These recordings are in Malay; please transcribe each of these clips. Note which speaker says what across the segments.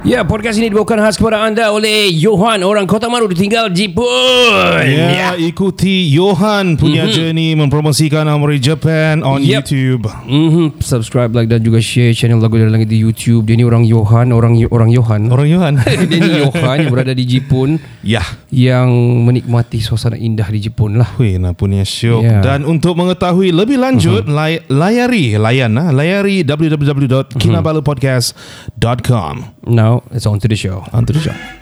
Speaker 1: Ya, podcast ini dibawakan khas kepada anda oleh Johan, orang Kota Maru ditinggal Jepun.
Speaker 2: Ya, yeah, ikuti Johan punya mm-hmm. journey mempromosikan Amri Japan on
Speaker 1: Yep.
Speaker 2: yep. YouTube.
Speaker 1: Mhm, subscribe, like dan juga share channel lagu dari langit di YouTube. Dia ni orang Johan, orang orang Johan.
Speaker 2: Orang Johan.
Speaker 1: Dia ni Johan yang berada di Jepun
Speaker 2: ya.
Speaker 1: yang menikmati suasana indah di Jepun lah.
Speaker 2: Hui, nah punya syok.
Speaker 1: Ya. Mm-hmm.
Speaker 2: Yeah. Dan untuk mengetahui lebih lanjut, uh-huh. lay, layari, layan, ah, layari www.kinabalupodcast.com.
Speaker 1: Now, it's on to the show.
Speaker 2: On to the show.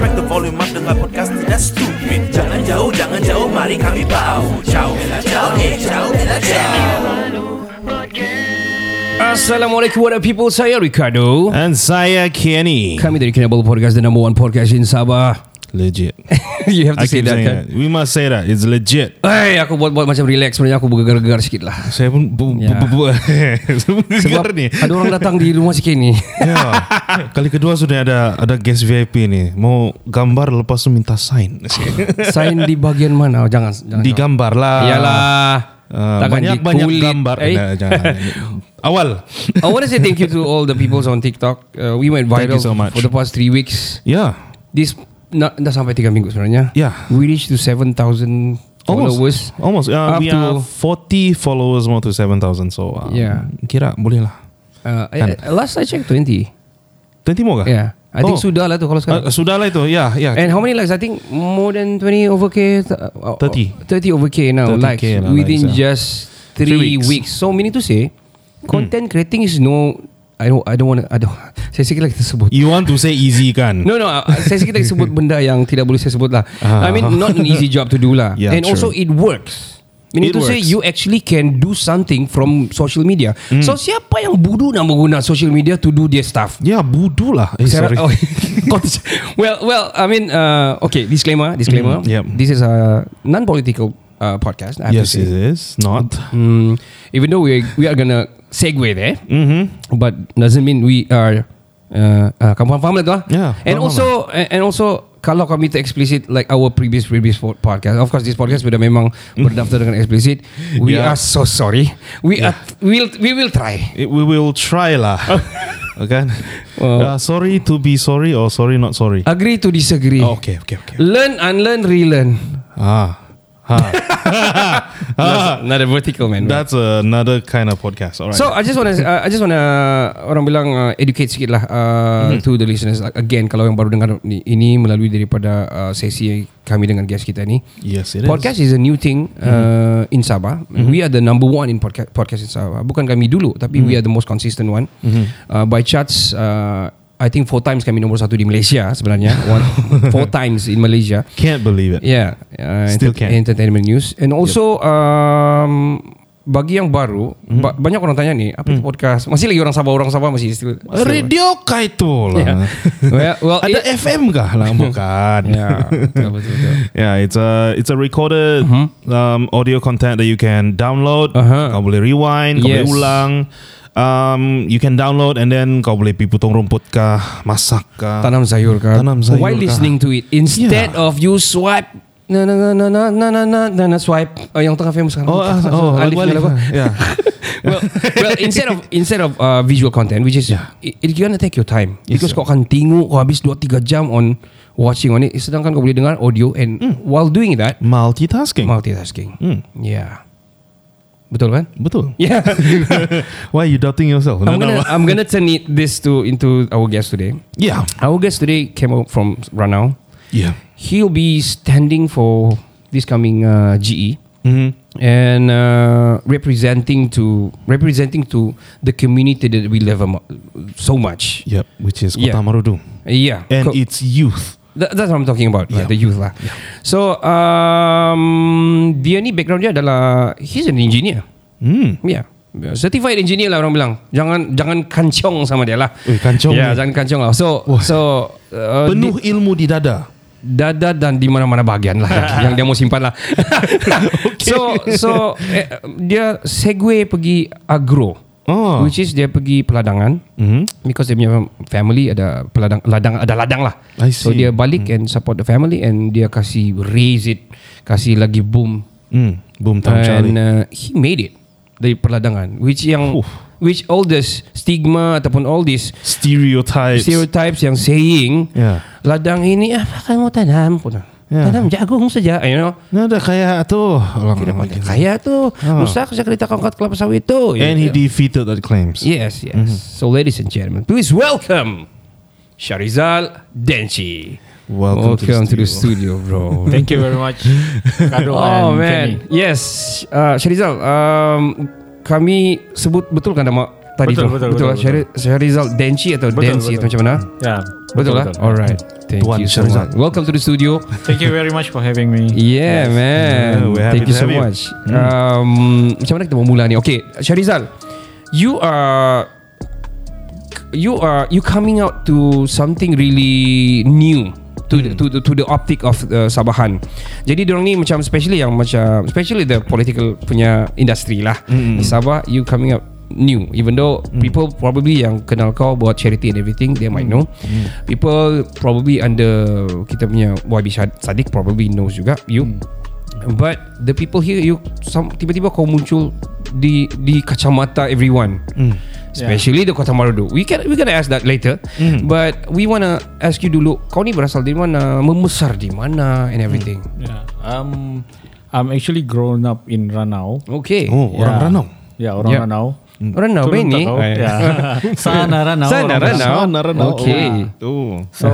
Speaker 3: Crack the volume up dengan podcast tidak stupid Jangan jauh, jangan jauh, mari kami bau Ciao, bella, ciao, eh, ciao, bella, ciao
Speaker 1: Assalamualaikum what up people. Saya Ricardo.
Speaker 2: And saya Kenny.
Speaker 1: Kami dari Kinabalu Podcast, the number one podcast in Sabah.
Speaker 2: Legit.
Speaker 1: Eh, you have to
Speaker 2: I
Speaker 1: say
Speaker 2: keep
Speaker 1: that
Speaker 2: saying
Speaker 1: kan?
Speaker 2: that. We must say that. It's legit.
Speaker 1: Hey, aku buat-buat macam relax sebenarnya aku bergegar-gegar sikit lah.
Speaker 2: Saya pun bu,
Speaker 1: Ya.
Speaker 2: bu, bu, bu, Semua
Speaker 1: Sebab
Speaker 2: gegar ni.
Speaker 1: ada orang datang di rumah si Kenny.
Speaker 2: Ya. Kali kedua sudah ada ada guest VIP ni. Mau gambar lepas tu minta sign.
Speaker 1: Sign di bagian mana? Oh, Jangan. jangan jangan.
Speaker 2: Digambar lah.
Speaker 1: Iyalah.
Speaker 2: Uh,
Speaker 1: Takkan
Speaker 2: banyak banyak
Speaker 1: dikulit.
Speaker 2: gambar.
Speaker 1: Eh?
Speaker 2: Nah, jangan. Awal.
Speaker 1: I want to say thank you to all the people on TikTok. Uh, we went
Speaker 2: Thank
Speaker 1: viral
Speaker 2: you so much.
Speaker 1: for the past three weeks.
Speaker 2: Yeah.
Speaker 1: This na, dah sampai tiga minggu sebenarnya.
Speaker 2: Yeah.
Speaker 1: We reached to 7,000 followers.
Speaker 2: Almost. Almost. Uh,
Speaker 1: Up
Speaker 2: we
Speaker 1: to-
Speaker 2: are 40 followers more to 7,000. So uh,
Speaker 1: Yeah.
Speaker 2: kira boleh lah.
Speaker 1: Uh, I-
Speaker 2: Kan?
Speaker 1: I- last I checked 20.
Speaker 2: 20 more kah?
Speaker 1: Yeah. I think
Speaker 2: Oh.
Speaker 1: sudah lah tu kalau
Speaker 2: Uh,
Speaker 1: sekarang.
Speaker 2: sudah lah itu. Ya, yeah, ya. Yeah.
Speaker 1: And how many likes? I think more than 20 over K. uh,
Speaker 2: 30.
Speaker 1: 30 over K now.
Speaker 2: 30K
Speaker 1: likes
Speaker 2: lah
Speaker 1: within
Speaker 2: likes, yeah.
Speaker 1: just three,
Speaker 2: Three
Speaker 1: weeks.
Speaker 2: weeks.
Speaker 1: So meaning to say, content creating is no. I don't. I don't want. I don't. Saya sikit lagi tersebut.
Speaker 2: You want to say easy kan?
Speaker 1: No no uh, Saya sikit lagi sebut benda yang Tidak boleh saya sebut lah I mean not an easy job to do lah
Speaker 2: Yeah,
Speaker 1: And
Speaker 2: true.
Speaker 1: also it works Meaning
Speaker 2: It
Speaker 1: to say
Speaker 2: works.
Speaker 1: You actually can do something From social media So siapa yang bodoh Nak menggunakan social media To do their stuff
Speaker 2: Ya, yeah, budu lah. Eh,
Speaker 1: Sarah-
Speaker 2: sorry.
Speaker 1: oh, kau tu- well, well, I mean, uh, okay, disclaimer, disclaimer.
Speaker 2: Mhm, yep.
Speaker 1: This is a non-political uh, podcast. I have
Speaker 2: Yes,
Speaker 1: to
Speaker 2: it
Speaker 1: say.
Speaker 2: is. Not.
Speaker 1: Mm, even though we we are gonna segue there,
Speaker 2: Mm-hmm.
Speaker 1: but doesn't mean we are. Uh, uh, kamu faham lah tu lah.
Speaker 2: Yeah,
Speaker 1: and
Speaker 2: faham
Speaker 1: also and, and also kalau kami tak explicit like our previous previous po- podcast, of course this podcast sudah memang berdaftar dengan explicit. We
Speaker 2: Mm. Yeah.
Speaker 1: are so sorry. We are will we will try.
Speaker 2: It, we will try lah. Okay.
Speaker 1: Wow.
Speaker 2: Uh, sorry to be sorry or sorry not sorry.
Speaker 1: Agree to disagree.
Speaker 2: Oh, okay, okay, okay.
Speaker 1: Learn, unlearn, relearn.
Speaker 2: Ah.
Speaker 1: Not not a vertical man.
Speaker 2: That's another kind of podcast. All Ah. right.
Speaker 1: So I just want to uh, I just want to orang bilang uh, educate sikit lah uh, to the listeners again kalau yang baru dengar ni, ini melalui daripada uh, sesi kami dengan guest kita ni.
Speaker 2: yes, it is.
Speaker 1: podcast is a new thing uh, in Sabah. We are the number one in podcast podcast in Sabah. Bukan kami dulu tapi we are the most consistent one. Uh, by charts uh, I think four times kami nombor satu di Malaysia sebenarnya. One, four times in Malaysia.
Speaker 2: Can't believe it.
Speaker 1: Yeah, uh, enter-
Speaker 2: Still can.
Speaker 1: entertainment news. And also um, bagi yang baru,
Speaker 2: Mhm.
Speaker 1: ba- banyak orang tanya nih, apa itu podcast? Masih lagi orang Sabah, orang Sabah masih still. still-
Speaker 2: Radio kah itu lah.
Speaker 1: Yeah. Ya. Well, well,
Speaker 2: Ada
Speaker 1: it-
Speaker 2: FM kah lah bukan.
Speaker 1: Yeah, betul, betul, betul. Uh-huh.
Speaker 2: Yeah, it's a it's a recorded um, audio content that you can download.
Speaker 1: Aha.
Speaker 2: Kau boleh rewind, kau
Speaker 1: Uh-huh. Yes.
Speaker 2: boleh ulang. Um, you can download and then kau boleh pergi potong rumput kah, masak kah.
Speaker 1: Tanam sayur kan.
Speaker 2: Tanam sayur
Speaker 1: While
Speaker 2: kah?
Speaker 1: listening to it, instead of you swipe Na na na na na na na na na na swipe oh, yang tengah famous sekarang.
Speaker 2: Oh, ah, oh,
Speaker 1: Alif, Alif,
Speaker 2: Alif,
Speaker 1: Alif.
Speaker 2: Yeah.
Speaker 1: well, well, instead of instead of uh, visual content, which is
Speaker 2: Yeah.
Speaker 1: it, it's gonna take your time
Speaker 2: Yes,
Speaker 1: because
Speaker 2: sir.
Speaker 1: kau akan tengok kau habis 2-3 jam on watching on it. Sedangkan kau boleh dengar audio and
Speaker 2: Mm.
Speaker 1: while doing that
Speaker 2: Multitasking.
Speaker 1: multitasking. Yeah, betul kan?
Speaker 2: Betul.
Speaker 1: Yeah,
Speaker 2: Why are you doubting yourself?
Speaker 1: I'm
Speaker 2: No, no.
Speaker 1: gonna um, I'm gonna turn it this to into our guest today.
Speaker 2: Yeah.
Speaker 1: Our guest today came out from Ranau.
Speaker 2: Yeah.
Speaker 1: He'll be standing for this coming uh, GE.
Speaker 2: Mhm.
Speaker 1: and uh, representing to representing to the community that we love amo- so much.
Speaker 2: Yep, which is Kota
Speaker 1: Yeah.
Speaker 2: Marudu.
Speaker 1: Yeah,
Speaker 2: And
Speaker 1: Co-
Speaker 2: its youth.
Speaker 1: That, that's what I'm talking about yeah.
Speaker 2: Yeah.
Speaker 1: The youth lah So um, Dia ni background dia adalah He's an engineer
Speaker 2: Hmm.
Speaker 1: Yeah Ya. Certified engineer lah orang bilang Jangan jangan kancong sama dia lah
Speaker 2: Ui, kancong
Speaker 1: Ya yeah,
Speaker 2: Eh, ni.
Speaker 1: jangan kancong lah So
Speaker 2: Wah.
Speaker 1: so uh,
Speaker 2: Penuh ilmu di dada.
Speaker 1: dada dan di mana-mana bahagian lah yang dia mau simpan lah. So so eh, dia segue pergi agro.
Speaker 2: Oh.
Speaker 1: Which is dia pergi peladangan
Speaker 2: Mhm.
Speaker 1: mm-hmm. because dia punya family ada peladang ladang ada ladang lah.
Speaker 2: I
Speaker 1: So
Speaker 2: see. Hmm.
Speaker 1: dia balik mm. and support the family and dia kasih raise it, kasih lagi boom
Speaker 2: Hmm. Boom Town Charlie.
Speaker 1: and uh, he made it dari perladangan which yang
Speaker 2: Oof.
Speaker 1: which all this stigma ataupun all this
Speaker 2: Stereotypes.
Speaker 1: stereotypes yang saying
Speaker 2: Yeah.
Speaker 1: ladang ini apa kamu tanam pun
Speaker 2: Yeah. Oh,
Speaker 1: tanam jagung saja you know
Speaker 2: Nah, dah kaya tu. Orang
Speaker 1: tidak
Speaker 2: orang
Speaker 1: pakai
Speaker 2: gila.
Speaker 1: kaya tuh rusak saya kereta kongkat kelapa sawit itu
Speaker 2: Ah. And he Mm-hmm. defeated that claims.
Speaker 1: yes yes so ladies and gentlemen please welcome Sharizal Denci
Speaker 2: Welcome to the
Speaker 1: studio, bro
Speaker 4: Thank you very much. Karo
Speaker 1: oh
Speaker 4: and
Speaker 1: man
Speaker 4: Kenny.
Speaker 1: yes uh, Sharizal um, kami sebut betul kan nama tadi
Speaker 4: Betul,
Speaker 1: tu
Speaker 4: betul,
Speaker 1: betul,
Speaker 4: betul,
Speaker 1: lah? Syari- Syarizal Denci atau
Speaker 4: Betul,
Speaker 1: Denci atau
Speaker 4: betul.
Speaker 1: macam mana
Speaker 4: Yeah,
Speaker 1: betul, lah alright thank
Speaker 2: Tuan
Speaker 1: you so
Speaker 2: Syarizal.
Speaker 1: much welcome to the studio
Speaker 4: Thank you very much for having me.
Speaker 1: Yeah man
Speaker 2: Yeah, we're happy
Speaker 1: Thank you
Speaker 2: to
Speaker 1: so
Speaker 2: have you. Hmm.
Speaker 1: much um, Macam mana kita mau mula ni Okay Syarizal You are You are You coming out to Something really New To, the,
Speaker 2: Hmm.
Speaker 1: to, the, to the optic of uh, Sabahan Jadi diorang ni macam Especially yang macam Especially the political Punya industry lah
Speaker 2: Hmm.
Speaker 1: Sabah You coming out New Even though People probably yang Kenal kau Buat charity and everything They might
Speaker 2: Hmm.
Speaker 1: know People Probably under Kita punya YB Sadiq Probably knows juga You
Speaker 2: Hmm.
Speaker 1: But the people here you some, tiba-tiba kau muncul di di kacamata everyone.
Speaker 4: Hmm.
Speaker 1: Especially the Kota Marudu. We can we gonna ask that later.
Speaker 4: Hmm.
Speaker 1: But we wanna ask you dulu kau ni berasal dari mana, membesar di mana and everything.
Speaker 4: Yeah. Um, I'm actually grown up in Ranau.
Speaker 1: Okay.
Speaker 2: Oh, orang
Speaker 4: Yeah.
Speaker 2: Ranau.
Speaker 4: Yeah, orang
Speaker 1: Yeah.
Speaker 4: Ranau.
Speaker 1: Orang nak
Speaker 4: Turun
Speaker 1: ni.
Speaker 4: tak kau? Yeah. Sana Ranau.
Speaker 1: Sana
Speaker 4: orang
Speaker 1: Ranau.
Speaker 2: Sana Ranau.
Speaker 1: Okay.
Speaker 2: Oh.
Speaker 4: So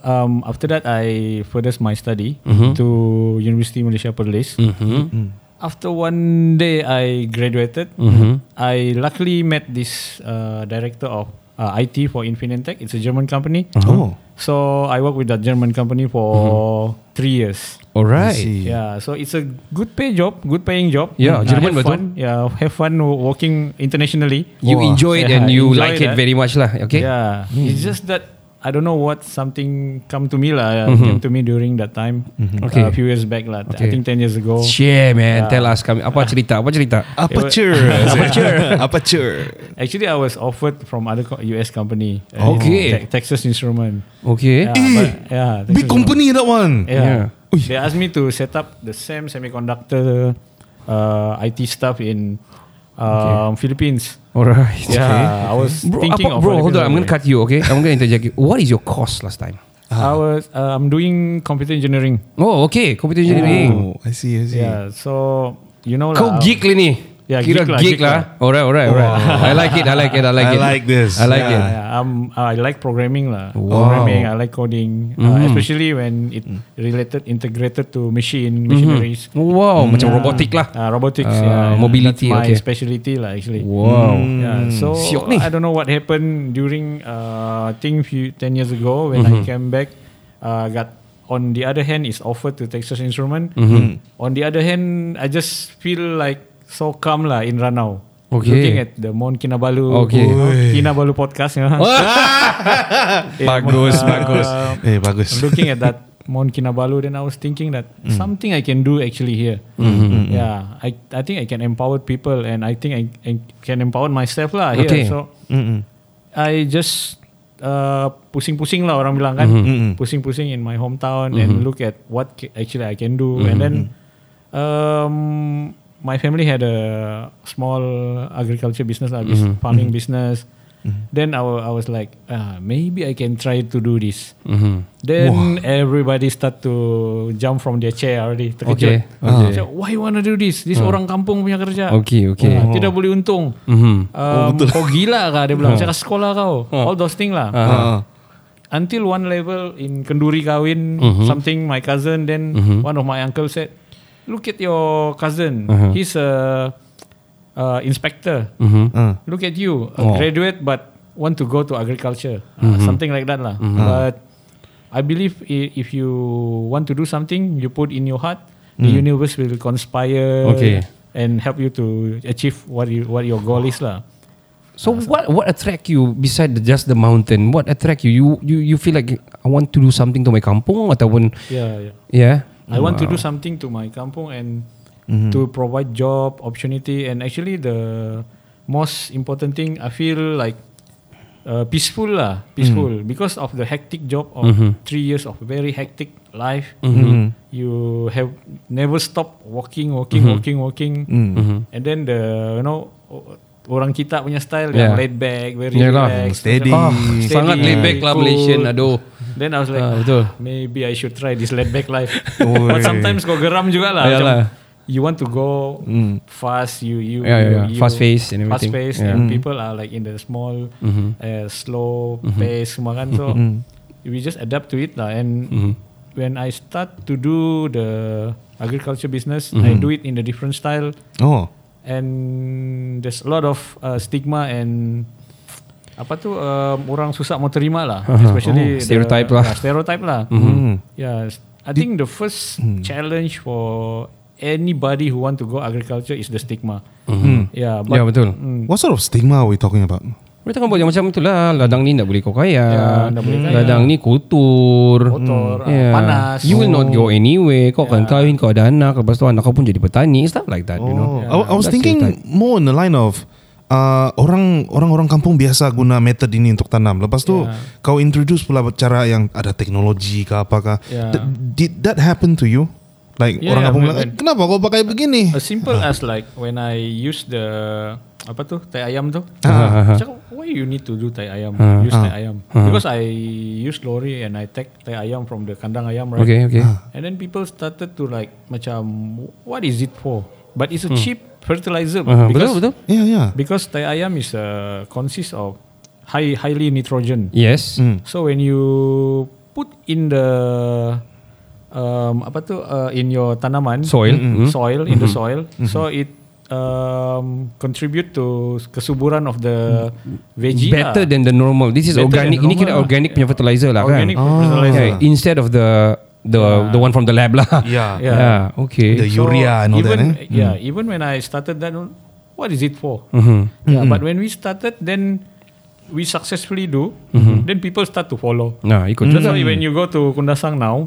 Speaker 4: um, after that, I furthers my study to University Malaysia Perlis. Mm-hmm. After one day, I graduated. I luckily met this uh, director of uh, IT for Infinitech. It's a German company.
Speaker 2: Oh.
Speaker 4: So I worked with that German company for
Speaker 1: Mm-hmm.
Speaker 4: three years.
Speaker 2: I
Speaker 1: Alright.
Speaker 2: see.
Speaker 4: Yeah, so it's a good pay job, good paying job. Mm-hmm.
Speaker 1: Yeah, Jerman
Speaker 4: have
Speaker 1: betul.
Speaker 4: fun. Yeah, have fun working internationally.
Speaker 1: You
Speaker 2: Wah.
Speaker 1: enjoy it
Speaker 4: Yeah,
Speaker 1: and you
Speaker 4: enjoy
Speaker 1: like it
Speaker 4: that.
Speaker 1: very much lah. Okay. Hmm.
Speaker 4: Yeah, it's just that I don't know what something come to me lah. uh, Came to me during that time,
Speaker 1: Mm-hmm. Okay.
Speaker 4: uh, a few years back lah.
Speaker 1: Okay.
Speaker 4: I think ten years ago.
Speaker 1: Share man, tell us kami apa cerita, apa cerita.
Speaker 2: Aperture. Aperture. Aperture.
Speaker 4: Actually, I was offered from other co- US company. uh,
Speaker 1: Okay. Eh,
Speaker 4: Te- Texas Instrument.
Speaker 1: Okay.
Speaker 4: Yeah, but- yeah,
Speaker 2: Big
Speaker 4: Texas Instrument.
Speaker 2: company that one.
Speaker 4: Yeah.
Speaker 2: Yeah. Ui.
Speaker 4: They asked me to set up the same semiconductor uh, IT stuff in um, Philippines.
Speaker 1: Alright.
Speaker 4: Yeah, I was
Speaker 1: Bro,
Speaker 4: thinking
Speaker 1: apa,
Speaker 4: of
Speaker 1: bro
Speaker 4: other
Speaker 1: hold on. I'm
Speaker 4: people
Speaker 1: going to
Speaker 4: already.
Speaker 1: cut you, okay? I'm going to interject you. What is your course last time?
Speaker 4: I was uh, I'm doing computer engineering.
Speaker 1: Oh, okay. Computer engineering.
Speaker 2: Oh, I see, I see.
Speaker 4: Yeah, so you know
Speaker 1: Kau
Speaker 4: lah.
Speaker 1: geek lah ni.
Speaker 4: Yeah,
Speaker 1: Kira
Speaker 4: geek lah,
Speaker 1: geek
Speaker 4: geek lah.
Speaker 1: lah. Alright, alright, alright. I like it. I like it. I like
Speaker 2: I
Speaker 1: it.
Speaker 2: like this.
Speaker 1: I like it.
Speaker 2: Yeah.
Speaker 4: Yeah, I'm, I like programming lah.
Speaker 1: Wow. Mm-hmm. Mm.
Speaker 4: Programming, I like coding, uh, especially when it related integrated to machine machineries.
Speaker 1: Wow, macam robotic lah.
Speaker 4: Uh, robotics,
Speaker 1: Mm-hmm. Uh,
Speaker 4: yeah,
Speaker 1: mobility,
Speaker 4: That's my
Speaker 1: okay.
Speaker 4: specialty lah actually.
Speaker 1: Wow.
Speaker 2: Mm.
Speaker 4: Yeah,
Speaker 1: Hmm.
Speaker 4: so
Speaker 1: Siok ni.
Speaker 4: I don't know what happened during uh, I think few ten years ago when
Speaker 1: Mm-hmm.
Speaker 4: I came back. Uh, got on the other hand is offered to Texas Instrument.
Speaker 1: Mm-hmm.
Speaker 4: On the other hand, I just feel like so calm lah in Ranau.
Speaker 1: Okay.
Speaker 4: Looking at the Mount Kinabalu,
Speaker 1: Okay. Oh,
Speaker 4: you know, Kinabalu podcast. You know? Eh,
Speaker 2: Bagus,
Speaker 4: uh,
Speaker 2: bagus. Eh, bagus.
Speaker 4: Looking at that Mount Kinabalu, then I was thinking that something I can do actually here.
Speaker 1: Mm-hmm.
Speaker 4: Yeah, I, I think I can empower people, and I think I, I can empower myself lah here.
Speaker 1: Okay.
Speaker 4: So I just uh, pusing-pusing lah orang bilang kan,
Speaker 1: Mm-hmm.
Speaker 4: pusing-pusing in my hometown and look at what ca- actually I can do,
Speaker 1: Mm-hmm.
Speaker 4: and then um, my family had a small agriculture business, lah, bus-
Speaker 1: Mm-hmm.
Speaker 4: farming business. Then I, wa- I was like, ah, maybe I can try to do this.
Speaker 1: Mm-hmm.
Speaker 4: Then everybody start to jump from their chair already. Terkejut.
Speaker 1: Okay, okay. Mm.
Speaker 4: Macam, Why you wanna do this? This orang kampung punya kerja.
Speaker 1: Okay, okay.
Speaker 4: Ah, Tidak boleh untung.
Speaker 1: Oh. Mhm.
Speaker 4: Um, kau gila kah? Dia bilang, saya kasih sekolah kau. All those things lah.
Speaker 2: Ah.
Speaker 4: Until one level in Kenduri kahwin, something my cousin, then one of my uncle said, Look at your cousin. Uh-huh. He's a uh, inspector.
Speaker 1: Mm-hmm.
Speaker 2: Uh.
Speaker 4: Look at you, a
Speaker 1: Oh. Mm-hmm.
Speaker 4: graduate but want to go to agriculture, uh, something like that lah. But I believe i- if you want to do something, you put in your heart, the universe will conspire
Speaker 1: Mm. Okay.
Speaker 4: and help you to achieve what you what your goal is lah.
Speaker 1: So what what attract you beside the, just the mountain? What attract you? You you you feel like I want to do something to my kampung ataupun
Speaker 4: Yeah, yeah.
Speaker 1: yeah.
Speaker 4: I want to do something to my kampung and
Speaker 1: Mm-hmm.
Speaker 4: to provide job opportunity and actually the most important thing I feel like uh, peaceful lah peaceful
Speaker 1: Mm-hmm.
Speaker 4: because of the hectic job of three years of very hectic life
Speaker 1: Mm-hmm.
Speaker 4: you have never stopped walking walking walking walking
Speaker 1: Mm-hmm.
Speaker 4: and then the you know o- orang kita punya style
Speaker 1: Yeah.
Speaker 4: yang laid back very
Speaker 1: Yeah lah.
Speaker 4: relaxed
Speaker 2: Steady.
Speaker 1: Ah, sangat laid back lah
Speaker 4: cool.
Speaker 1: Malaysian. Aduh.
Speaker 4: Then I was like,
Speaker 1: Ah,
Speaker 4: ah,
Speaker 1: betul.
Speaker 4: maybe I should try this laid back life.
Speaker 2: Oi.
Speaker 4: But sometimes kau geram juga lah.
Speaker 1: Ayalah.
Speaker 4: you want to go fast, you you,
Speaker 1: Hmm. Yeah, yeah,
Speaker 4: you,
Speaker 1: yeah.
Speaker 4: you
Speaker 1: Fast pace and everything.
Speaker 4: Fast pace,
Speaker 1: Yeah. Hmm. Mm-hmm.
Speaker 4: and people are like in the small, uh, slow pace semua kan. So we just adapt to it lah. And
Speaker 1: Mm-hmm.
Speaker 4: when I start to do the agriculture business,
Speaker 1: Mm-hmm.
Speaker 4: I do it in a different style.
Speaker 2: Oh.
Speaker 4: And there's a lot of uh, stigma and apa tu um, orang susah mau terima lah,
Speaker 1: Oh,
Speaker 4: especially
Speaker 1: stereotype
Speaker 4: the-
Speaker 1: lah. Mm-hmm.
Speaker 4: yeah, stereotype lah. Yeah, s- I think the first challenge for anybody who want to go agriculture is the stigma. Yeah, but
Speaker 1: Ya yeah, betul.
Speaker 2: What sort of stigma are we talking about?
Speaker 1: Mereka kan buat yang macam itulah ladang ni tak boleh kau kaya.
Speaker 4: Ya, tak boleh kaya.
Speaker 1: Ladang ni kotor.
Speaker 4: kotor, ah,
Speaker 1: Yeah.
Speaker 4: panas. Oh. Ya.
Speaker 1: You will not go anywhere. Kau akan kahwin, kau ada anak, lepas tu anak kau pun jadi petani, stuff like that, you know.
Speaker 2: Oh, I, I was
Speaker 1: That's your
Speaker 2: thinking more in the line of uh, orang orang orang kampung biasa guna method ini untuk tanam. Lepas tu
Speaker 4: Yeah.
Speaker 2: kau introduce pula cara yang ada teknologi ke apakah.
Speaker 4: Yeah.
Speaker 2: Th- did that happen to you? Like
Speaker 4: Yeah,
Speaker 2: orang
Speaker 4: yeah,
Speaker 2: kampung
Speaker 4: when-
Speaker 2: bilang,
Speaker 4: when-
Speaker 2: kenapa kau pakai begini?
Speaker 4: As simple as like when I use the apa tu tai ayam tu.
Speaker 2: Ah.
Speaker 4: Cakap, why you need to do tai ayam? use tai ayam because I use lorry and I take tai ayam from the kandang ayam right.
Speaker 1: Okay, okay.
Speaker 2: Ah.
Speaker 4: And then people started to like macam what is it for? But it's a cheap fertilizer
Speaker 1: Ah,
Speaker 4: because
Speaker 1: Hmm. betul betul.
Speaker 2: Yeah, yeah.
Speaker 4: because tai ayam is uh, consists of high highly nitrogen.
Speaker 1: Yes.
Speaker 2: Hmm.
Speaker 4: So when you put in the um, apa tu uh, in your tanaman hmm,
Speaker 1: Soil. Mm-hmm. Mm-mm.
Speaker 4: soil in the soil, so it um, contribute to kesuburan of the veggie.
Speaker 1: Mm. Better
Speaker 4: lah.
Speaker 1: than the normal. This is
Speaker 4: Better
Speaker 1: organic.
Speaker 4: than
Speaker 1: Ini kira
Speaker 4: normal lah.
Speaker 1: organic punya fertilizer lah kan.
Speaker 4: organic
Speaker 2: Ah.
Speaker 4: fertilizer. Ah.
Speaker 1: Okay, instead of the the the one from the lab lah.
Speaker 2: Yeah.
Speaker 4: Yeah.
Speaker 1: yeah okay.
Speaker 2: The urea and all
Speaker 4: even,
Speaker 2: that. Eh?
Speaker 4: Yeah, even when I started that, what is it for? Yeah, but when we started, then we successfully do, then people start to follow.
Speaker 1: nah, ikut.
Speaker 4: That's why when you go to Kundasang now,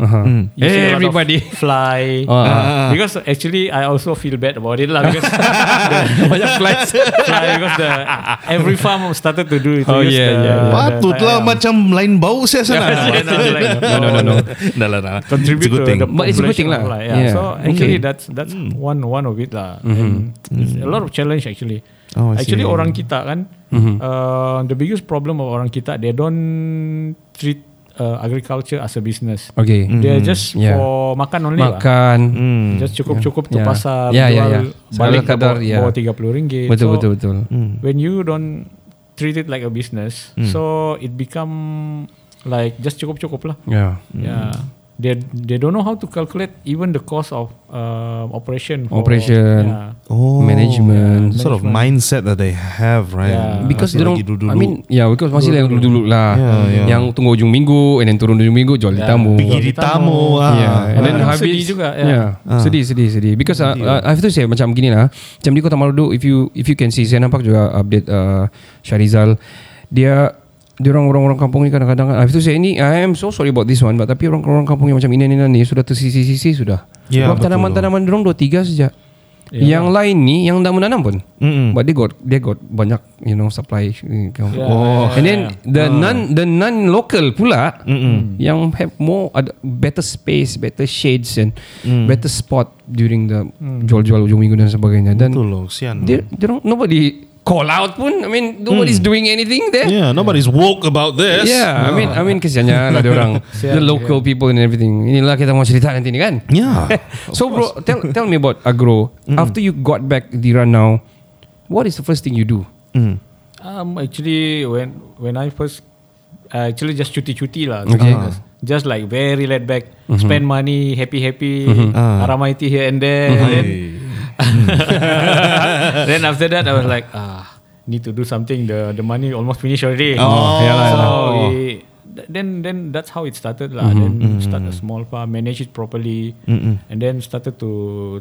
Speaker 4: you see a lot of
Speaker 1: Everybody.
Speaker 4: fly.
Speaker 1: Ah.
Speaker 4: Because actually, I also feel bad about it lah. Because
Speaker 1: Banyak slides.
Speaker 4: fly because the every farm started to do it.
Speaker 1: Oh, yeah, yeah, yeah.
Speaker 2: Patutlah macam lain bau saya sana.
Speaker 4: um, no, no, no, no.
Speaker 2: Dah lah, dah lah. It's
Speaker 4: contribute
Speaker 2: a good
Speaker 4: to
Speaker 2: thing.
Speaker 4: the
Speaker 1: But it's a good thing
Speaker 4: population
Speaker 1: lah.
Speaker 4: of Yeah.
Speaker 1: Yeah.
Speaker 4: So
Speaker 1: Okay.
Speaker 4: actually
Speaker 1: Mm-hmm.
Speaker 4: that's that's one one of it lah. And it's a lot of challenge actually.
Speaker 2: Oh, I see.
Speaker 4: actually orang kita kan
Speaker 1: Mm-hmm.
Speaker 4: uh, the biggest problem of orang kita they don't treat uh, agriculture as a business.
Speaker 1: Okay.
Speaker 4: They're just
Speaker 1: Mm-hmm. Yeah.
Speaker 4: for makan only lah.
Speaker 1: Makan.
Speaker 2: Hmm.
Speaker 4: Just cukup-cucup tu
Speaker 1: Yeah.
Speaker 4: pasar
Speaker 1: Yeah, yeah,
Speaker 4: jual
Speaker 1: yeah.
Speaker 4: balik
Speaker 1: Sekadar- kadar, yeah.
Speaker 4: bawa tiga puluh ringgit.
Speaker 1: Betul
Speaker 4: So,
Speaker 1: betul betul.
Speaker 2: hmm.
Speaker 4: when you don't treat it like a business,
Speaker 1: Mm.
Speaker 4: so it become like just cukup-cukup lah.
Speaker 1: Yeah.
Speaker 4: Yeah. They they don't know how to calculate even the cost of uh, operation. for-
Speaker 1: Operation.
Speaker 4: Yeah.
Speaker 2: Oh,
Speaker 1: Management.
Speaker 2: Sort of mindset that they have, right?
Speaker 4: Yeah.
Speaker 1: Ah, Because
Speaker 2: Masih
Speaker 1: dorong
Speaker 2: lagi duduk-duduk. Ya,
Speaker 1: I mean Yeah because masih yang dulu-dulu lah
Speaker 2: Yeah, yeah.
Speaker 1: Yang tunggu ujung minggu And then turun ujung minggu Jual di tamu
Speaker 2: pergi di tamu. Ya. ah. ya.
Speaker 1: Yeah, and then
Speaker 4: Ah,
Speaker 1: habis
Speaker 4: sedih juga,
Speaker 1: Yeah.
Speaker 4: yeah.
Speaker 1: Sedih sedih sedih because uh, uh, I have to say macam gini lah. Macam di Kota Marudu if you if you can see saya nampak juga update uh, Syarizal dia dia orang orang kampung ni kadang-kadang kan, I have to say ini I am so sorry about this one but tapi orang-orang kampung yang macam ini ni ni sudah tersisi-sisi sudah. Sebab
Speaker 2: Yeah, Ya, betul.
Speaker 1: tanaman-tanaman dorong dua tiga saja. Yang lain ni yang tak menanam pun.
Speaker 2: Mm-mm.
Speaker 1: But they got they got banyak you know supply
Speaker 4: Yeah,
Speaker 1: oh. and then
Speaker 2: Ah.
Speaker 1: the non the non local pula mm yang have more ada better space better shades and
Speaker 2: Mm.
Speaker 1: better spot during the
Speaker 4: Mm.
Speaker 1: jual-jual ujung minggu dan sebagainya dan
Speaker 2: Betul loh, kesian.
Speaker 1: they, they don't, nobody call out pun I mean nobody's
Speaker 2: Mm.
Speaker 1: doing anything there
Speaker 2: Yeah, nobody's woke about this.
Speaker 1: Yeah, I mean, I mean kesiannya lah orang, the local people and everything. Inilah kita mau cerita nanti ni kan.
Speaker 2: Yeah.
Speaker 1: so bro, tell tell me about agro. After you got back di Ranau, what is the first thing you do?
Speaker 2: Hmm.
Speaker 4: Um, actually, when when I first uh, actually just cuti-cuti lah.
Speaker 1: Okay. Ah. Mm-hmm.
Speaker 4: Because just like very laid back, spend money, happy happy, aramaiti here and there.
Speaker 1: Mm-hmm.
Speaker 4: And then, then after that, I was like, ah, need to do something. The the money almost finished already.
Speaker 2: Oh, yeah lah, yeah
Speaker 4: so
Speaker 2: lah.
Speaker 4: we, th- then then that's how it started lah. Then start a small farm, manage it properly, and then started to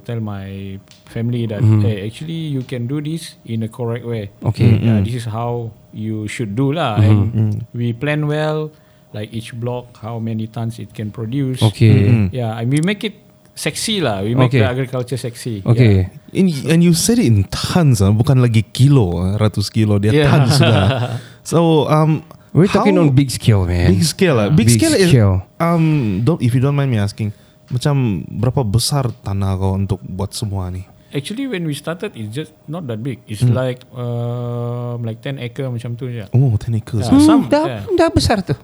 Speaker 4: tell my family that hey, actually you can do this in a correct way.
Speaker 1: Okay.
Speaker 4: Yeah, this is how you should do lah. And we plan well, like each block, how many tons it can produce.
Speaker 2: Mm-hmm.
Speaker 1: Okay.
Speaker 4: Yeah, and we make it sexy lah. We make
Speaker 1: Okay.
Speaker 4: the agriculture sexy.
Speaker 1: Okay.
Speaker 4: Yeah.
Speaker 2: And, and you said it in tons, ah, bukan lagi kilo, ah, ratus kilo, dia
Speaker 4: Yeah.
Speaker 2: tons sudah. So um,
Speaker 1: We're talking
Speaker 2: how-
Speaker 1: on big scale, man.
Speaker 2: big scale, ah. big,
Speaker 1: Big
Speaker 2: scale, is
Speaker 1: scale.
Speaker 2: um, don't if you don't mind me asking, macam berapa besar tanah kau untuk buat semua ni?
Speaker 4: Actually, when we started, it's just not that big. It's
Speaker 1: Hmm.
Speaker 4: like um, like 10 acre macam tu je.
Speaker 2: Oh, ten acres.
Speaker 4: Yeah.
Speaker 1: Hmm,
Speaker 4: Some,
Speaker 1: dah,
Speaker 4: yeah.
Speaker 1: dah besar tu.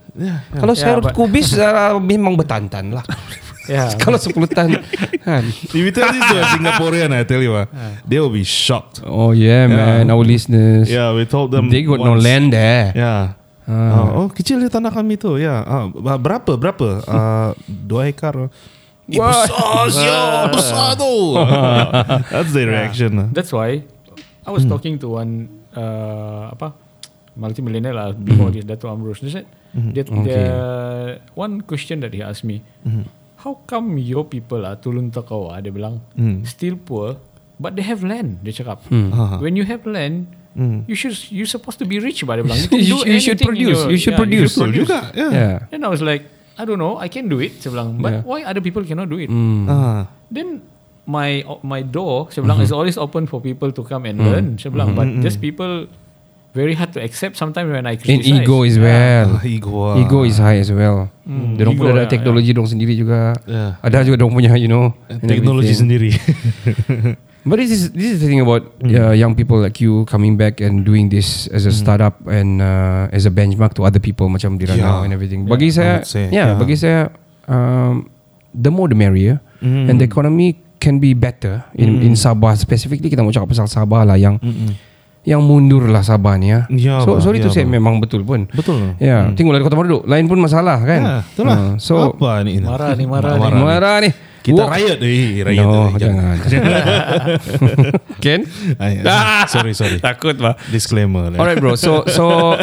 Speaker 1: Kalau
Speaker 4: Yeah,
Speaker 1: saya
Speaker 4: but-
Speaker 1: kubis uh, memang bertantan lah.
Speaker 4: Yeah.
Speaker 1: Kalau 10 tan. kan.
Speaker 2: If you tell this to a Singaporean, I tell you, ah, they will be shocked.
Speaker 1: Oh yeah, man. Our listeners.
Speaker 2: Yeah, we told them
Speaker 1: They got no
Speaker 2: once.
Speaker 1: land there.
Speaker 2: Ya. Ah. Oh kecil dia tanah kami tu ya. Ah, ba- berapa berapa? Ah, dua ekar. Eh,
Speaker 1: Wah.
Speaker 2: besar yo, besar tu. That's the reaction. lah.
Speaker 4: That's why I
Speaker 1: Hmm.
Speaker 4: was talking to one uh, apa multi millionaire lah
Speaker 1: Hmm.
Speaker 4: before this Dato Amrus. They said that the one question that he asked me,
Speaker 1: Hmm.
Speaker 4: how come your people ah Tulun Takau ah dia bilang
Speaker 1: Hmm.
Speaker 4: still poor but they have land dia cakap.
Speaker 1: Ha,
Speaker 4: When you have land You should you supposed to be rich, but dia bilang. You,
Speaker 1: Hmm.
Speaker 4: can
Speaker 1: You
Speaker 4: do
Speaker 1: should- you should
Speaker 4: anything in
Speaker 1: produce. You should produce.
Speaker 2: Betul juga. Ya.
Speaker 1: Yeah.
Speaker 4: Then I was like, I don't know, I can do it. Saya bilang, but
Speaker 1: Yeah. Hmm.
Speaker 4: why other people cannot do it?
Speaker 2: Ah.
Speaker 4: Then my my door, saya
Speaker 1: Mm-hmm.
Speaker 4: bilang, is always open for people to come and learn. Saya bilang, but just people very hard to accept sometimes when I
Speaker 1: And
Speaker 4: criticize.
Speaker 1: ego as well.
Speaker 2: Ah, ego. ah.
Speaker 1: Kan? Ego is high as well. Mm, Diorang
Speaker 4: ego
Speaker 1: pun ada
Speaker 4: lah,
Speaker 1: teknologi dong sendiri juga.
Speaker 2: Yeah.
Speaker 1: Ada juga dong punya, you know. and
Speaker 2: Ya. Teknologi
Speaker 1: everything.
Speaker 2: sendiri.
Speaker 1: But this is this is the thing about
Speaker 2: Hmm.
Speaker 1: uh, young people like you coming back and doing this as a startup and uh, as a benchmark to other people macam Dira
Speaker 2: Yeah.
Speaker 1: now and everything. Bagi saya,
Speaker 2: would say,
Speaker 1: yeah,
Speaker 2: yeah.
Speaker 1: bagi saya, um, the more the merrier,
Speaker 2: Hmm.
Speaker 1: and the economy can be better in in Sabah specifically kita mau cakap pasal Sabah lah yang yang mundur lah Sabah ni ya.
Speaker 2: Hmm, Ya,
Speaker 1: so
Speaker 2: Abah,
Speaker 1: sorry
Speaker 2: ya,
Speaker 1: to say
Speaker 2: Abah.
Speaker 1: memang betul pun.
Speaker 2: Betul. Hmm.
Speaker 1: Ya, yeah, tinggal dari Kota Merdu, lain pun masalah kan.
Speaker 2: Ya, itulah.
Speaker 1: Ah, so
Speaker 2: apa ni?
Speaker 4: Marah ni, marah ni.
Speaker 2: ni.
Speaker 1: marah ni.
Speaker 2: Kita
Speaker 1: Walk-
Speaker 2: riot eh, riot.
Speaker 1: No,
Speaker 2: eh, jangan.
Speaker 1: jangan. Ken?
Speaker 2: Ay, sorry, sorry.
Speaker 1: Ah. Takut lah.
Speaker 2: Disclaimer. lah.
Speaker 1: Alright bro. So so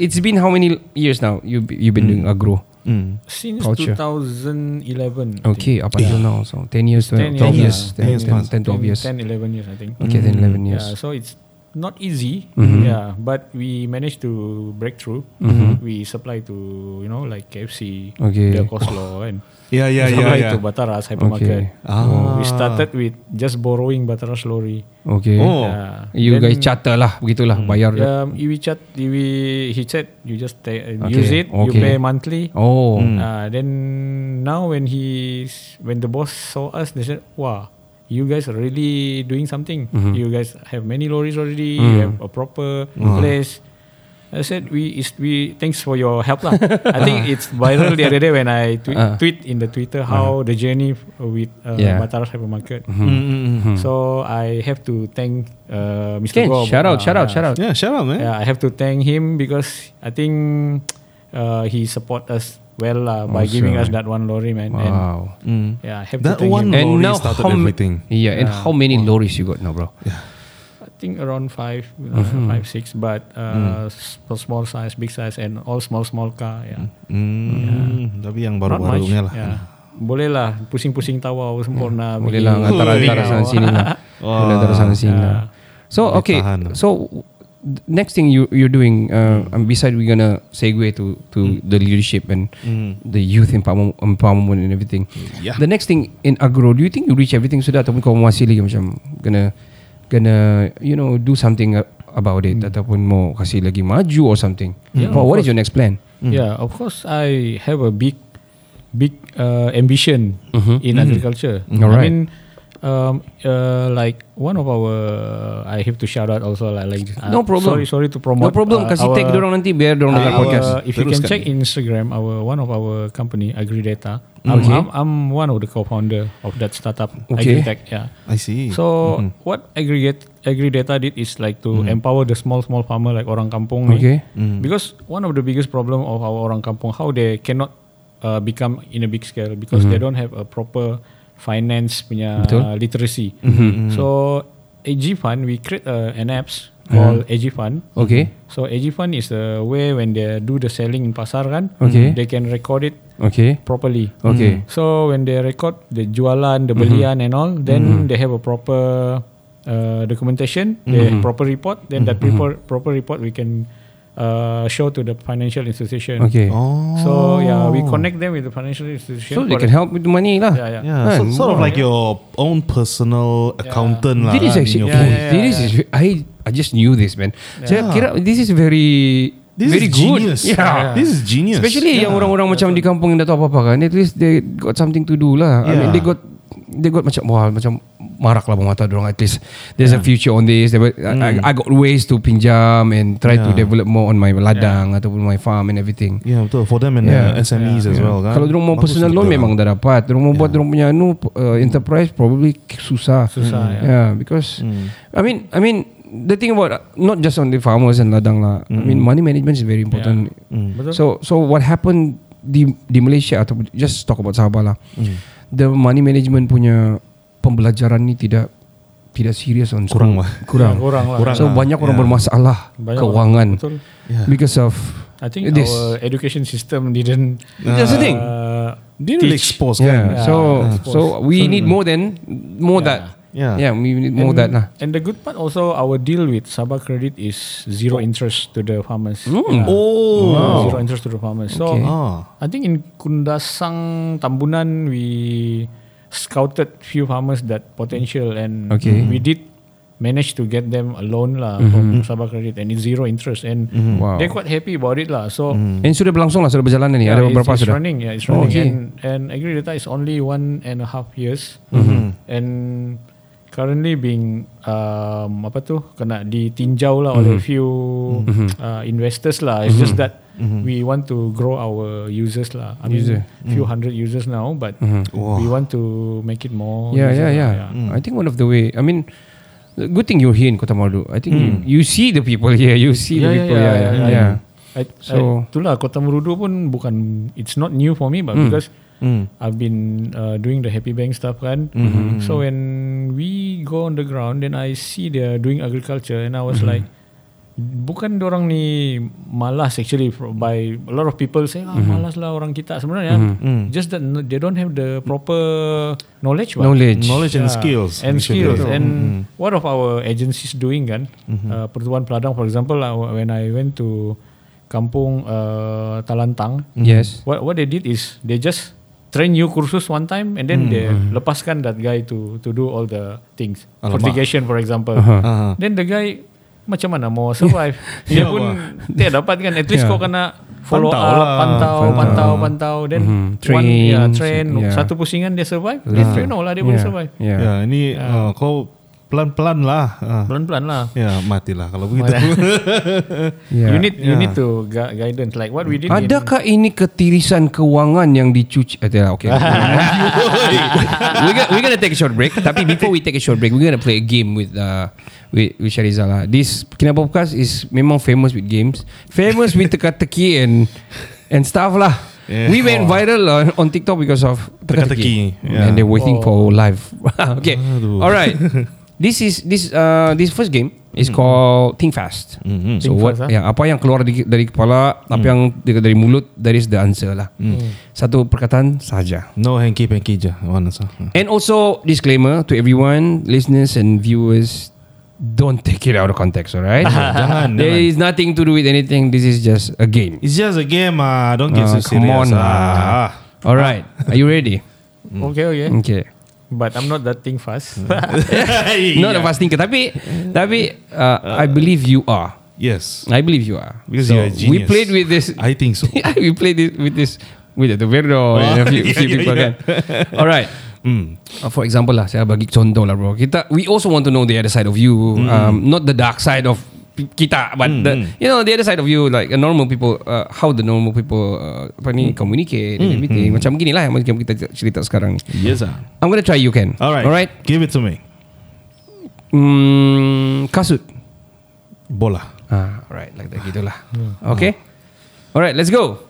Speaker 1: it's been how many years now you be- you been doing agro?
Speaker 2: Hmm.
Speaker 4: Since
Speaker 1: Culture.
Speaker 4: 2011. I think.
Speaker 1: Okay, up until now. So 10 years, 12, 12
Speaker 4: 10 years,
Speaker 1: years,
Speaker 4: yeah.
Speaker 1: 10, 10, 10,
Speaker 4: 10,
Speaker 1: 12 years.
Speaker 4: 10, 11 years, I think. Mm-hmm.
Speaker 1: Okay, then 11 years. Mm-hmm.
Speaker 4: Yeah, so it's not easy. Yeah, but we managed to break through. We supply to you know like KFC,
Speaker 1: Okay.
Speaker 4: the Coslo, and
Speaker 2: Ya, ya, ya,
Speaker 4: supply
Speaker 2: ya.
Speaker 4: to Bataras hypermarket.
Speaker 1: Okay.
Speaker 2: Ah.
Speaker 4: We started with just borrowing Bataras lorry.
Speaker 1: Okay.
Speaker 2: Oh.
Speaker 4: Yeah.
Speaker 1: You
Speaker 4: Then,
Speaker 1: guys charter lah, begitulah bayar. dah.
Speaker 4: Um, we chat. We he said you just ta- uh
Speaker 1: Okay.
Speaker 4: use it. You
Speaker 1: Okay.
Speaker 4: pay monthly.
Speaker 1: Oh.
Speaker 2: Hmm.
Speaker 4: Uh, then now when he when the boss saw us, they said, "Wow, you guys are really doing something.
Speaker 1: Mm-hmm.
Speaker 4: You guys have many lorries already.
Speaker 1: Hmm.
Speaker 4: You have a proper place." I said, "We is we thanks for your help lah." I think it's viral the other day when I tweet,
Speaker 1: Ah.
Speaker 4: tweet in the Twitter how the journey with
Speaker 1: Uh.
Speaker 4: uh,
Speaker 1: Yeah.
Speaker 4: Bataras Hypermarket.
Speaker 2: Mm-hmm.
Speaker 4: So I have to thank uh,
Speaker 1: Ken,
Speaker 4: Mr. Gob.
Speaker 1: shout out,
Speaker 4: Ah,
Speaker 1: shout out,
Speaker 4: yeah.
Speaker 1: shout out.
Speaker 2: Yeah, shout out, man.
Speaker 1: Ya.
Speaker 4: Yeah, I have to thank him because I think uh, he support us well uh, by giving us that one lorry, man. And
Speaker 1: Wow.
Speaker 2: Hmm.
Speaker 4: yeah, I have
Speaker 2: That
Speaker 4: to thank
Speaker 2: one
Speaker 4: him.
Speaker 2: lorry
Speaker 1: And now
Speaker 2: started
Speaker 1: how ma-
Speaker 2: everything.
Speaker 1: Yeah, and how many lorries you got now, bro?
Speaker 4: I think around five, uh,
Speaker 1: Mm-hmm.
Speaker 4: five, six, but
Speaker 1: Mm.
Speaker 4: uh, s- for small size, big size, and all small, small
Speaker 1: Mm.
Speaker 4: car. Yeah,
Speaker 2: Hmm, tapi yang
Speaker 4: not much.
Speaker 2: baru-barunya lah.
Speaker 4: Yeah. Boleh lah, pusing-pusing tawa sempurna.
Speaker 1: Boleh
Speaker 4: bikin-
Speaker 1: lah Hantar-hantar
Speaker 2: Ui. Ya.
Speaker 1: sana sini lah Boleh hantar sana sini lah So
Speaker 2: Boleh
Speaker 1: okay
Speaker 2: tahan. lah. Hmm.
Speaker 1: So th- Next thing you you're doing uh, um, Beside we're gonna Segue to to the leadership And the youth empowerment, empowerment And everything
Speaker 2: Hmm. Yeah.
Speaker 1: The next thing In agro Do you think you reach everything Sudah ataupun kau masih lagi Macam Gonna Gonna You know Do something a- About it
Speaker 2: Hmm.
Speaker 1: Ataupun mau Kasih lagi maju Or something Or What is your next plan
Speaker 4: Yeah, of course, I have a big, big uh, ambition
Speaker 1: Mm-hmm.
Speaker 4: in agriculture.
Speaker 1: Alright.
Speaker 4: I mean, um, uh, like one of our, I have to shout out also like, like uh,
Speaker 1: No problem
Speaker 4: Sorry, sorry to promote.
Speaker 1: No problem
Speaker 4: uh,
Speaker 1: Kasih
Speaker 4: our-
Speaker 1: tag dorang nanti Biar dorang dengar
Speaker 4: our-
Speaker 1: podcast
Speaker 4: If you can
Speaker 2: Teruskan.
Speaker 4: check Instagram, our one of our company, AgriData. I'm,
Speaker 1: Okay.
Speaker 4: I'm, I'm one of the co-founder of that startup,
Speaker 1: Okay.
Speaker 4: AgriTech. Yeah.
Speaker 2: I
Speaker 1: Eh,
Speaker 2: see.
Speaker 4: So
Speaker 1: mm-hmm.
Speaker 4: what aggregate aggregata did is like to empower the small small farmer like orang kampung
Speaker 1: Okay.
Speaker 4: ni. Because one of the biggest problem of our orang kampung how they cannot uh, become in a big scale because they don't have a proper finance
Speaker 1: Mm-hmm.
Speaker 4: punya
Speaker 1: Betul. Mm-hmm.
Speaker 4: uh, literacy. So AG Fund we create uh, an apps called AG Fund.
Speaker 1: Uh-huh. Okay.
Speaker 2: Mm-hmm.
Speaker 4: So AG Fund is the way when they do the selling in pasar kan,
Speaker 1: Okay.
Speaker 4: they can record it
Speaker 1: Okay.
Speaker 4: properly. Hmm.
Speaker 1: Okay. Mhm.
Speaker 4: So when they record the jualan, the belian and all, then they have a proper uh, documentation,
Speaker 1: Mhm.
Speaker 4: they have proper report. Then that proper proper report we can uh, show to the financial institution.
Speaker 1: Okay.
Speaker 2: Oh.
Speaker 4: So yeah, we connect them with the financial institution.
Speaker 1: So they
Speaker 4: for
Speaker 1: can
Speaker 4: the-
Speaker 1: help with the money lah.
Speaker 4: Yeah, yeah.
Speaker 2: Yeah, so,
Speaker 1: Kan?
Speaker 2: sort of like your own personal accountant lah.
Speaker 1: This is
Speaker 2: kan,
Speaker 1: actually
Speaker 2: in your
Speaker 1: oh,
Speaker 2: phone.
Speaker 1: this is I I just knew this man. Saya kira this is very
Speaker 2: This
Speaker 1: very
Speaker 2: is
Speaker 1: good.
Speaker 2: genius.
Speaker 1: Yeah.
Speaker 2: This is genius.
Speaker 1: Especially yang orang-orang macam di kampung yang tak tahu apa-apa kan. At least they got something to do lah. I
Speaker 2: Yeah.
Speaker 1: mean they got they got macam wah macam marak lah mata dorong at least there's a future on this There were- I, I, I got ways to pinjam and try to
Speaker 2: Hmm. Yeah.
Speaker 1: develop more on my ladang ataupun my farm and everything
Speaker 2: Yeah, betul. For them and
Speaker 1: Yeah.
Speaker 2: uh, SMEs as well kan.
Speaker 1: Kalau dorong mau
Speaker 2: Bagus
Speaker 1: personal loan
Speaker 2: betul.
Speaker 1: memang dah dapat. Dorong mau buat dorong punya anu uh, enterprise probably k- susah. Hmm.
Speaker 4: Susah,
Speaker 1: Yeah,
Speaker 4: ya.
Speaker 1: because I mean I mean the thing about uh, not just on the farmers and ladang lah. I
Speaker 4: Hmm.
Speaker 1: mean money management is very important.
Speaker 2: Hmm,
Speaker 4: Betul.
Speaker 1: So so what happened di di Malaysia atau just talk about Sabah lah.
Speaker 4: Hmm.
Speaker 1: The money management punya pembelajaran ni tidak tidak serious on
Speaker 2: Kurang
Speaker 1: school.
Speaker 2: lah.
Speaker 1: kurang.
Speaker 4: Kurang lah.
Speaker 2: Kurang
Speaker 1: So
Speaker 2: lah.
Speaker 1: banyak orang
Speaker 2: Yeah.
Speaker 1: bermasalah
Speaker 4: Banyak
Speaker 1: keuangan
Speaker 4: orang, betul.
Speaker 2: Yeah.
Speaker 1: because of
Speaker 4: I think
Speaker 1: this.
Speaker 4: our education system didn't.
Speaker 1: That's the thing.
Speaker 4: Uh,
Speaker 2: Didn't really
Speaker 4: teach.
Speaker 2: expose kan.
Speaker 1: Yeah. So so we need more than more that.
Speaker 2: Yeah.
Speaker 1: Yeah, we need more
Speaker 4: and,
Speaker 1: that lah.
Speaker 4: And the good part also, our deal with Sabah Credit is
Speaker 1: Oh.
Speaker 4: zero interest to the farmers.
Speaker 1: Mm. Hmm.
Speaker 4: Yeah.
Speaker 2: Oh.
Speaker 4: Zero interest to the farmers. So
Speaker 1: Okay.
Speaker 2: Ah.
Speaker 4: I think in Kundasang, Tambunan, we scouted few farmers that potential and
Speaker 1: Okay.
Speaker 4: we did manage to get them a loan lah from Sabah Credit and it's zero interest and
Speaker 1: Mm-hmm. Wow.
Speaker 4: they're quite happy about it lah. So
Speaker 1: And sudah berlangsung lah, sudah berjalan ni.
Speaker 4: yeah,
Speaker 1: Ada
Speaker 4: it's-
Speaker 1: beberapa
Speaker 4: it's,
Speaker 1: sudah.
Speaker 4: running, yeah, it's
Speaker 1: Oh,
Speaker 4: running.
Speaker 1: okay.
Speaker 4: And and Agri Data is only one and a half years and currently being um, apa tu kena ditinjau lah oleh
Speaker 1: Mm-hmm.
Speaker 4: few uh, investors lah. It's just that we want to grow our users lah. I mean,
Speaker 1: User. Mm-hmm.
Speaker 4: few hundred users now, but we want to make it more.
Speaker 1: Yeah,
Speaker 4: user
Speaker 1: yeah,
Speaker 4: lah,
Speaker 1: yeah. I think one of the way. I mean, the good thing you're here in Kota Maru. I think you, you see the people here. You see the people. Yeah, yeah, yeah.
Speaker 4: I,
Speaker 1: So-
Speaker 4: so I, itulah Kota Merudu pun bukan it's not new for me but
Speaker 1: Mm.
Speaker 4: because
Speaker 2: hmm.
Speaker 4: I've been uh, doing the Happy Bank stuff kan
Speaker 2: Mm-hmm.
Speaker 4: so when we go on the ground then I see they're doing agriculture and I was
Speaker 2: Mm-hmm.
Speaker 4: like bukan orang ni malas actually fro- by a lot of people say
Speaker 2: Mm-hmm.
Speaker 4: ah malas lah orang kita sebenarnya just that no- they don't have the proper knowledge what.
Speaker 1: Knowledge.
Speaker 2: Knowledge and
Speaker 4: Yeah.
Speaker 2: skills. mm-hmm.
Speaker 4: and skills
Speaker 2: Betul.
Speaker 4: and what of our agencies doing kan
Speaker 2: Mm-hmm.
Speaker 4: uh, Pertuan Peladang for example uh, when I went to kampung uh, Talantang
Speaker 1: Yes.
Speaker 4: what what they did is they just train you kursus one time and then they lepaskan that guy to to do all the things fertigation for example
Speaker 2: Aha.
Speaker 4: then the guy macam mana mau survive dia
Speaker 2: Yeah,
Speaker 4: pun
Speaker 2: wah.
Speaker 4: dia dapat kan at least
Speaker 1: Yeah.
Speaker 4: kau kena follow
Speaker 2: Pantau
Speaker 4: up
Speaker 2: lah.
Speaker 4: pantau pantau pantau then
Speaker 1: Mhm.
Speaker 4: one
Speaker 1: Train,
Speaker 4: yeah, train
Speaker 1: yeah.
Speaker 4: satu pusingan dia survive then you know Oh, lah dia
Speaker 1: Yeah.
Speaker 4: boleh survive
Speaker 1: Yeah.
Speaker 2: Ya, ini ah, kau pelan-pelan lah. Ah.
Speaker 4: pelan-pelan lah
Speaker 2: Ya, matilah kalau begitu.
Speaker 1: yeah.
Speaker 4: You need you
Speaker 2: Yeah.
Speaker 4: need to gu- guidance like what we did. in-
Speaker 1: Adakah ini ketirisan keuangan yang dicuci? Eh, tidak, okay. we're, gonna, we're gonna take a short break. Tapi before we take a short break, we're gonna play a game with uh, with, with Sharizal lah. This Kinabalu Podcast is memang famous with games, famous with teka-teki and and stuff lah.
Speaker 2: Yeah.
Speaker 1: We went
Speaker 2: Oh.
Speaker 1: viral on, on TikTok because of teka-teki,
Speaker 2: Teka-teki, yeah.
Speaker 1: and they're waiting for live. okay,
Speaker 2: Aduh.
Speaker 1: all right. This is this uh, this first game is
Speaker 2: Mm-hmm.
Speaker 1: called Think Fast. So
Speaker 4: Think
Speaker 1: what?
Speaker 4: fast, ah.
Speaker 1: Yeah, apa yang keluar dari, dari kepala,
Speaker 2: Mm.
Speaker 1: apa yang de- dari mulut, that is the answer lah.
Speaker 4: Mm.
Speaker 1: Satu perkataan saja.
Speaker 2: no hanky panky je. lah. Hmm. Mana sah.
Speaker 1: And also disclaimer to everyone, listeners and viewers, don't take it out of context, alright?
Speaker 2: Jangan,
Speaker 1: There
Speaker 2: jangan.
Speaker 1: is nothing to do with anything. This is just a game.
Speaker 2: It's just a game ah. Don't get
Speaker 1: Ah,
Speaker 2: so
Speaker 1: come
Speaker 2: serious.
Speaker 1: on uh. lah. Alright, are you ready?
Speaker 4: Okay, okay.
Speaker 1: Okay.
Speaker 4: But I'm not that thing fast.
Speaker 2: Mm.
Speaker 1: Not a fast thinker, tapi tapi uh, I believe you are.
Speaker 2: Yes.
Speaker 1: I believe you are.
Speaker 2: Because
Speaker 1: So
Speaker 2: you're a genius.
Speaker 1: We played with this.
Speaker 2: I think so.
Speaker 1: we played it with this with the weirdo and a few,
Speaker 2: yeah,
Speaker 1: few
Speaker 2: yeah,
Speaker 1: people
Speaker 2: yeah. Hmm.
Speaker 1: kan. Alright. Uh, for example lah, saya bagi contoh lah bro. Kita, we also want to know the other side of you,
Speaker 2: Hmm.
Speaker 1: um, not the dark side of pi- kita, but the, you know the other side of you, like uh, normal people, uh, how the normal people uh, apa ni
Speaker 2: Hmm.
Speaker 1: communicate and everything. Macam gini lah yang macam kita cerita sekarang. ni.
Speaker 2: Yes ah.
Speaker 1: I'm gonna try you can.
Speaker 2: Alright.
Speaker 1: Alright.
Speaker 2: Give it to me.
Speaker 1: Hmm, kasut.
Speaker 2: Bola.
Speaker 1: Ah,
Speaker 2: Hmm. Hmm.
Speaker 1: alright, like that gitulah. Okay. Alright, let's go.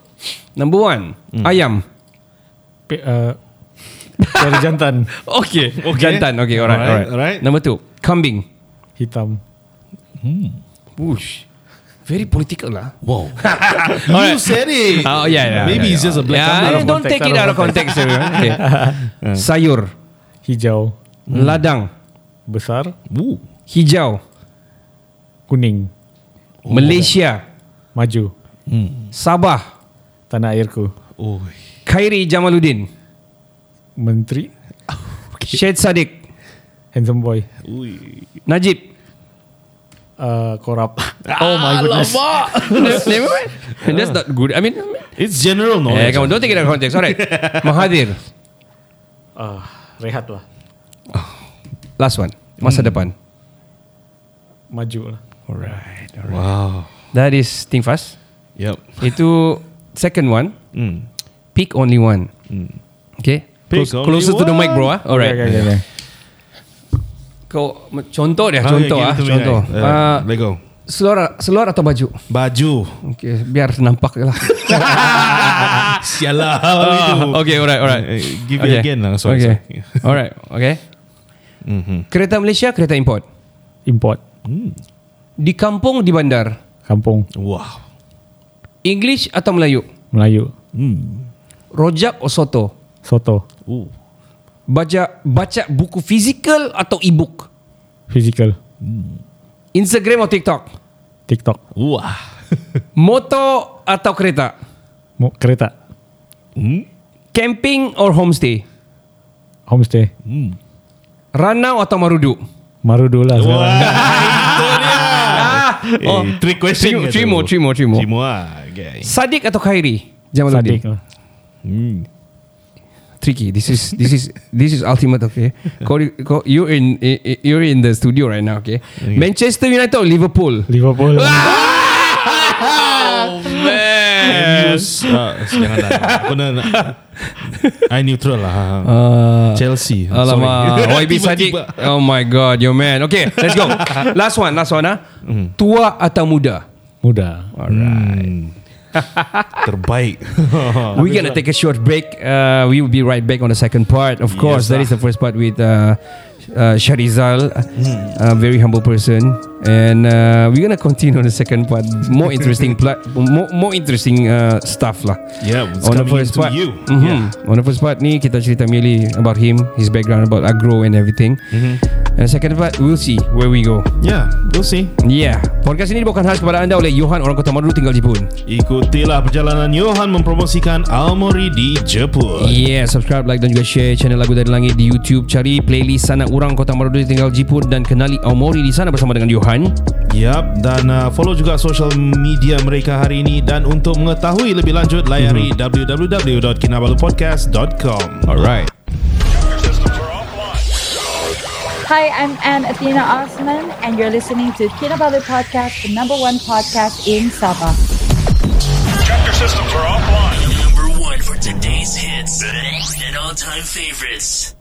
Speaker 1: Number one, ayam.
Speaker 4: pe- uh, dari jantan
Speaker 1: Okay, okay. Jantan, okay, alright,
Speaker 2: Alright,
Speaker 1: alright.
Speaker 2: alright.
Speaker 1: Number two, kambing.
Speaker 4: hitam.
Speaker 1: Whoosh. Very political lah.
Speaker 2: Wow. you said it.
Speaker 1: Oh yeah, yeah.
Speaker 2: Maybe
Speaker 1: yeah,
Speaker 2: it's
Speaker 1: yeah.
Speaker 2: just a black
Speaker 1: yeah,
Speaker 2: kambing.
Speaker 1: yeah, Don't take it out of context. everyone. okay. Sayur,
Speaker 4: Hijau,
Speaker 2: Hmm.
Speaker 1: ladang,
Speaker 4: besar,
Speaker 2: Ooh.
Speaker 1: hijau,
Speaker 4: kuning,
Speaker 2: Oh.
Speaker 1: Malaysia,
Speaker 4: maju,
Speaker 1: Sabah,
Speaker 4: tanah airku.
Speaker 2: Oh.
Speaker 1: Khairi Jamaluddin,
Speaker 4: Menteri,
Speaker 1: Syed Saddiq,
Speaker 4: handsome boy,
Speaker 1: Najib.
Speaker 4: uh, korap. oh my goodness.
Speaker 1: Never mind. That's not good. I mean,
Speaker 2: It's
Speaker 1: eh,
Speaker 2: general knowledge.
Speaker 1: come on, don't take it out of context. Alright. Mahathir,
Speaker 4: Uh, rehat lah.
Speaker 1: last one. Masa
Speaker 2: Hmm.
Speaker 1: depan.
Speaker 4: Maju lah.
Speaker 2: Wow.
Speaker 1: That is think fast.
Speaker 2: Yep.
Speaker 1: Itu second one.
Speaker 2: Mm.
Speaker 1: Pick only one. Okay.
Speaker 2: Hmm. Pick
Speaker 1: Close,
Speaker 2: only
Speaker 1: closer to the mic, bro.
Speaker 2: one.
Speaker 1: ah. Alright.
Speaker 4: Okay, okay, okay.
Speaker 1: Kau contoh deh,
Speaker 2: Okay,
Speaker 1: contoh
Speaker 2: give it
Speaker 1: ah,
Speaker 2: to me,
Speaker 1: contoh.
Speaker 2: guys. Uh,
Speaker 1: Ah,
Speaker 2: let go.
Speaker 1: Seluar seluar atau baju?
Speaker 2: Baju.
Speaker 1: Okay, biar nampak je lah.
Speaker 2: Sialah.
Speaker 1: Ah, okay, alright, alright.
Speaker 2: Eh, Ah. give me again lah, sorry,
Speaker 1: okay.
Speaker 2: sorry. Mm-hmm.
Speaker 1: alright, okay. Kereta Malaysia, kereta import.
Speaker 4: Import,
Speaker 1: Di kampung, di bandar.
Speaker 4: kampung,
Speaker 2: Wow.
Speaker 1: English atau Melayu?
Speaker 4: Melayu,
Speaker 1: Rojak atau soto?
Speaker 4: soto,
Speaker 2: Ooh.
Speaker 1: Baca baca buku fizikal atau e-book?
Speaker 4: physical,
Speaker 1: Instagram atau TikTok?
Speaker 4: TikTok,
Speaker 2: Wah.
Speaker 1: Moto atau kereta?
Speaker 4: mo- kereta,
Speaker 1: Camping or homestay?
Speaker 4: homestay,
Speaker 1: Ranau atau Marudu?
Speaker 4: marudu lah sekarang.
Speaker 2: Oh, eh, three question.
Speaker 1: Three- three more, three more, three more.
Speaker 2: Three more ah, guys.
Speaker 1: Sadiq atau Khairi?
Speaker 4: Sadik
Speaker 1: Jamaluddin.
Speaker 4: lah.
Speaker 2: Hmm.
Speaker 1: tricky. This is this is this is ultimate. Okay, Cody, Co- you're in i- i- you're in the studio right now. Okay, Manchester United or Liverpool?
Speaker 4: Liverpool.
Speaker 2: Oh, And use, ah, janganlah. Aku nak, nak. I neutral lah.
Speaker 1: uh,
Speaker 2: Chelsea.
Speaker 1: Ah. Alamak,
Speaker 2: Sorry.
Speaker 1: YB Sadiq.
Speaker 2: Tiba-tiba.
Speaker 1: Oh my God, your man. Okay, let's go. last one, last one. Ah,
Speaker 2: Hmm.
Speaker 1: tua atau muda?
Speaker 4: Muda.
Speaker 2: Terbaik.
Speaker 1: We're gonna take a short break. Uh, we will be right back on the second part. Of course, that is the first part with uh, uh, Sharizal,
Speaker 2: Hmm.
Speaker 1: a very humble person, and uh, we're gonna continue on the second part. More interesting, pla- more, more interesting uh, stuff lah.
Speaker 2: Yeah, it's
Speaker 1: on the
Speaker 2: coming
Speaker 1: first
Speaker 2: into
Speaker 1: part.
Speaker 2: you.
Speaker 1: Mhm. On the first part ni kita cerita merely about him, his background about agro and everything.
Speaker 2: Mm-hmm.
Speaker 1: And the second part, we'll see where we go.
Speaker 2: yeah, Ya, we'll see.
Speaker 1: Yeah, podcast ini dibawakan khas kepada anda oleh Johan orang Kota Maru tinggal Jepun.
Speaker 2: Ikutilah perjalanan Johan mempromosikan Almori di Jepun.
Speaker 1: Yeah, subscribe, like dan juga share channel Lagu Dari Langit di YouTube. Cari playlist Sana Urang Kota Marudu Tinggal Jipun dan kenali Aomori di sana bersama dengan Johan.
Speaker 2: Yap, dan uh, follow juga social media mereka hari ini dan untuk mengetahui lebih lanjut layari mm-hmm. www.kinabalupodcast.com. Alright.
Speaker 5: Hi, I'm Anne Athena Osman, and you're listening to Kinabalu Podcast, the number one podcast in Sabah.
Speaker 6: Number one for today's hits and all-time favorites.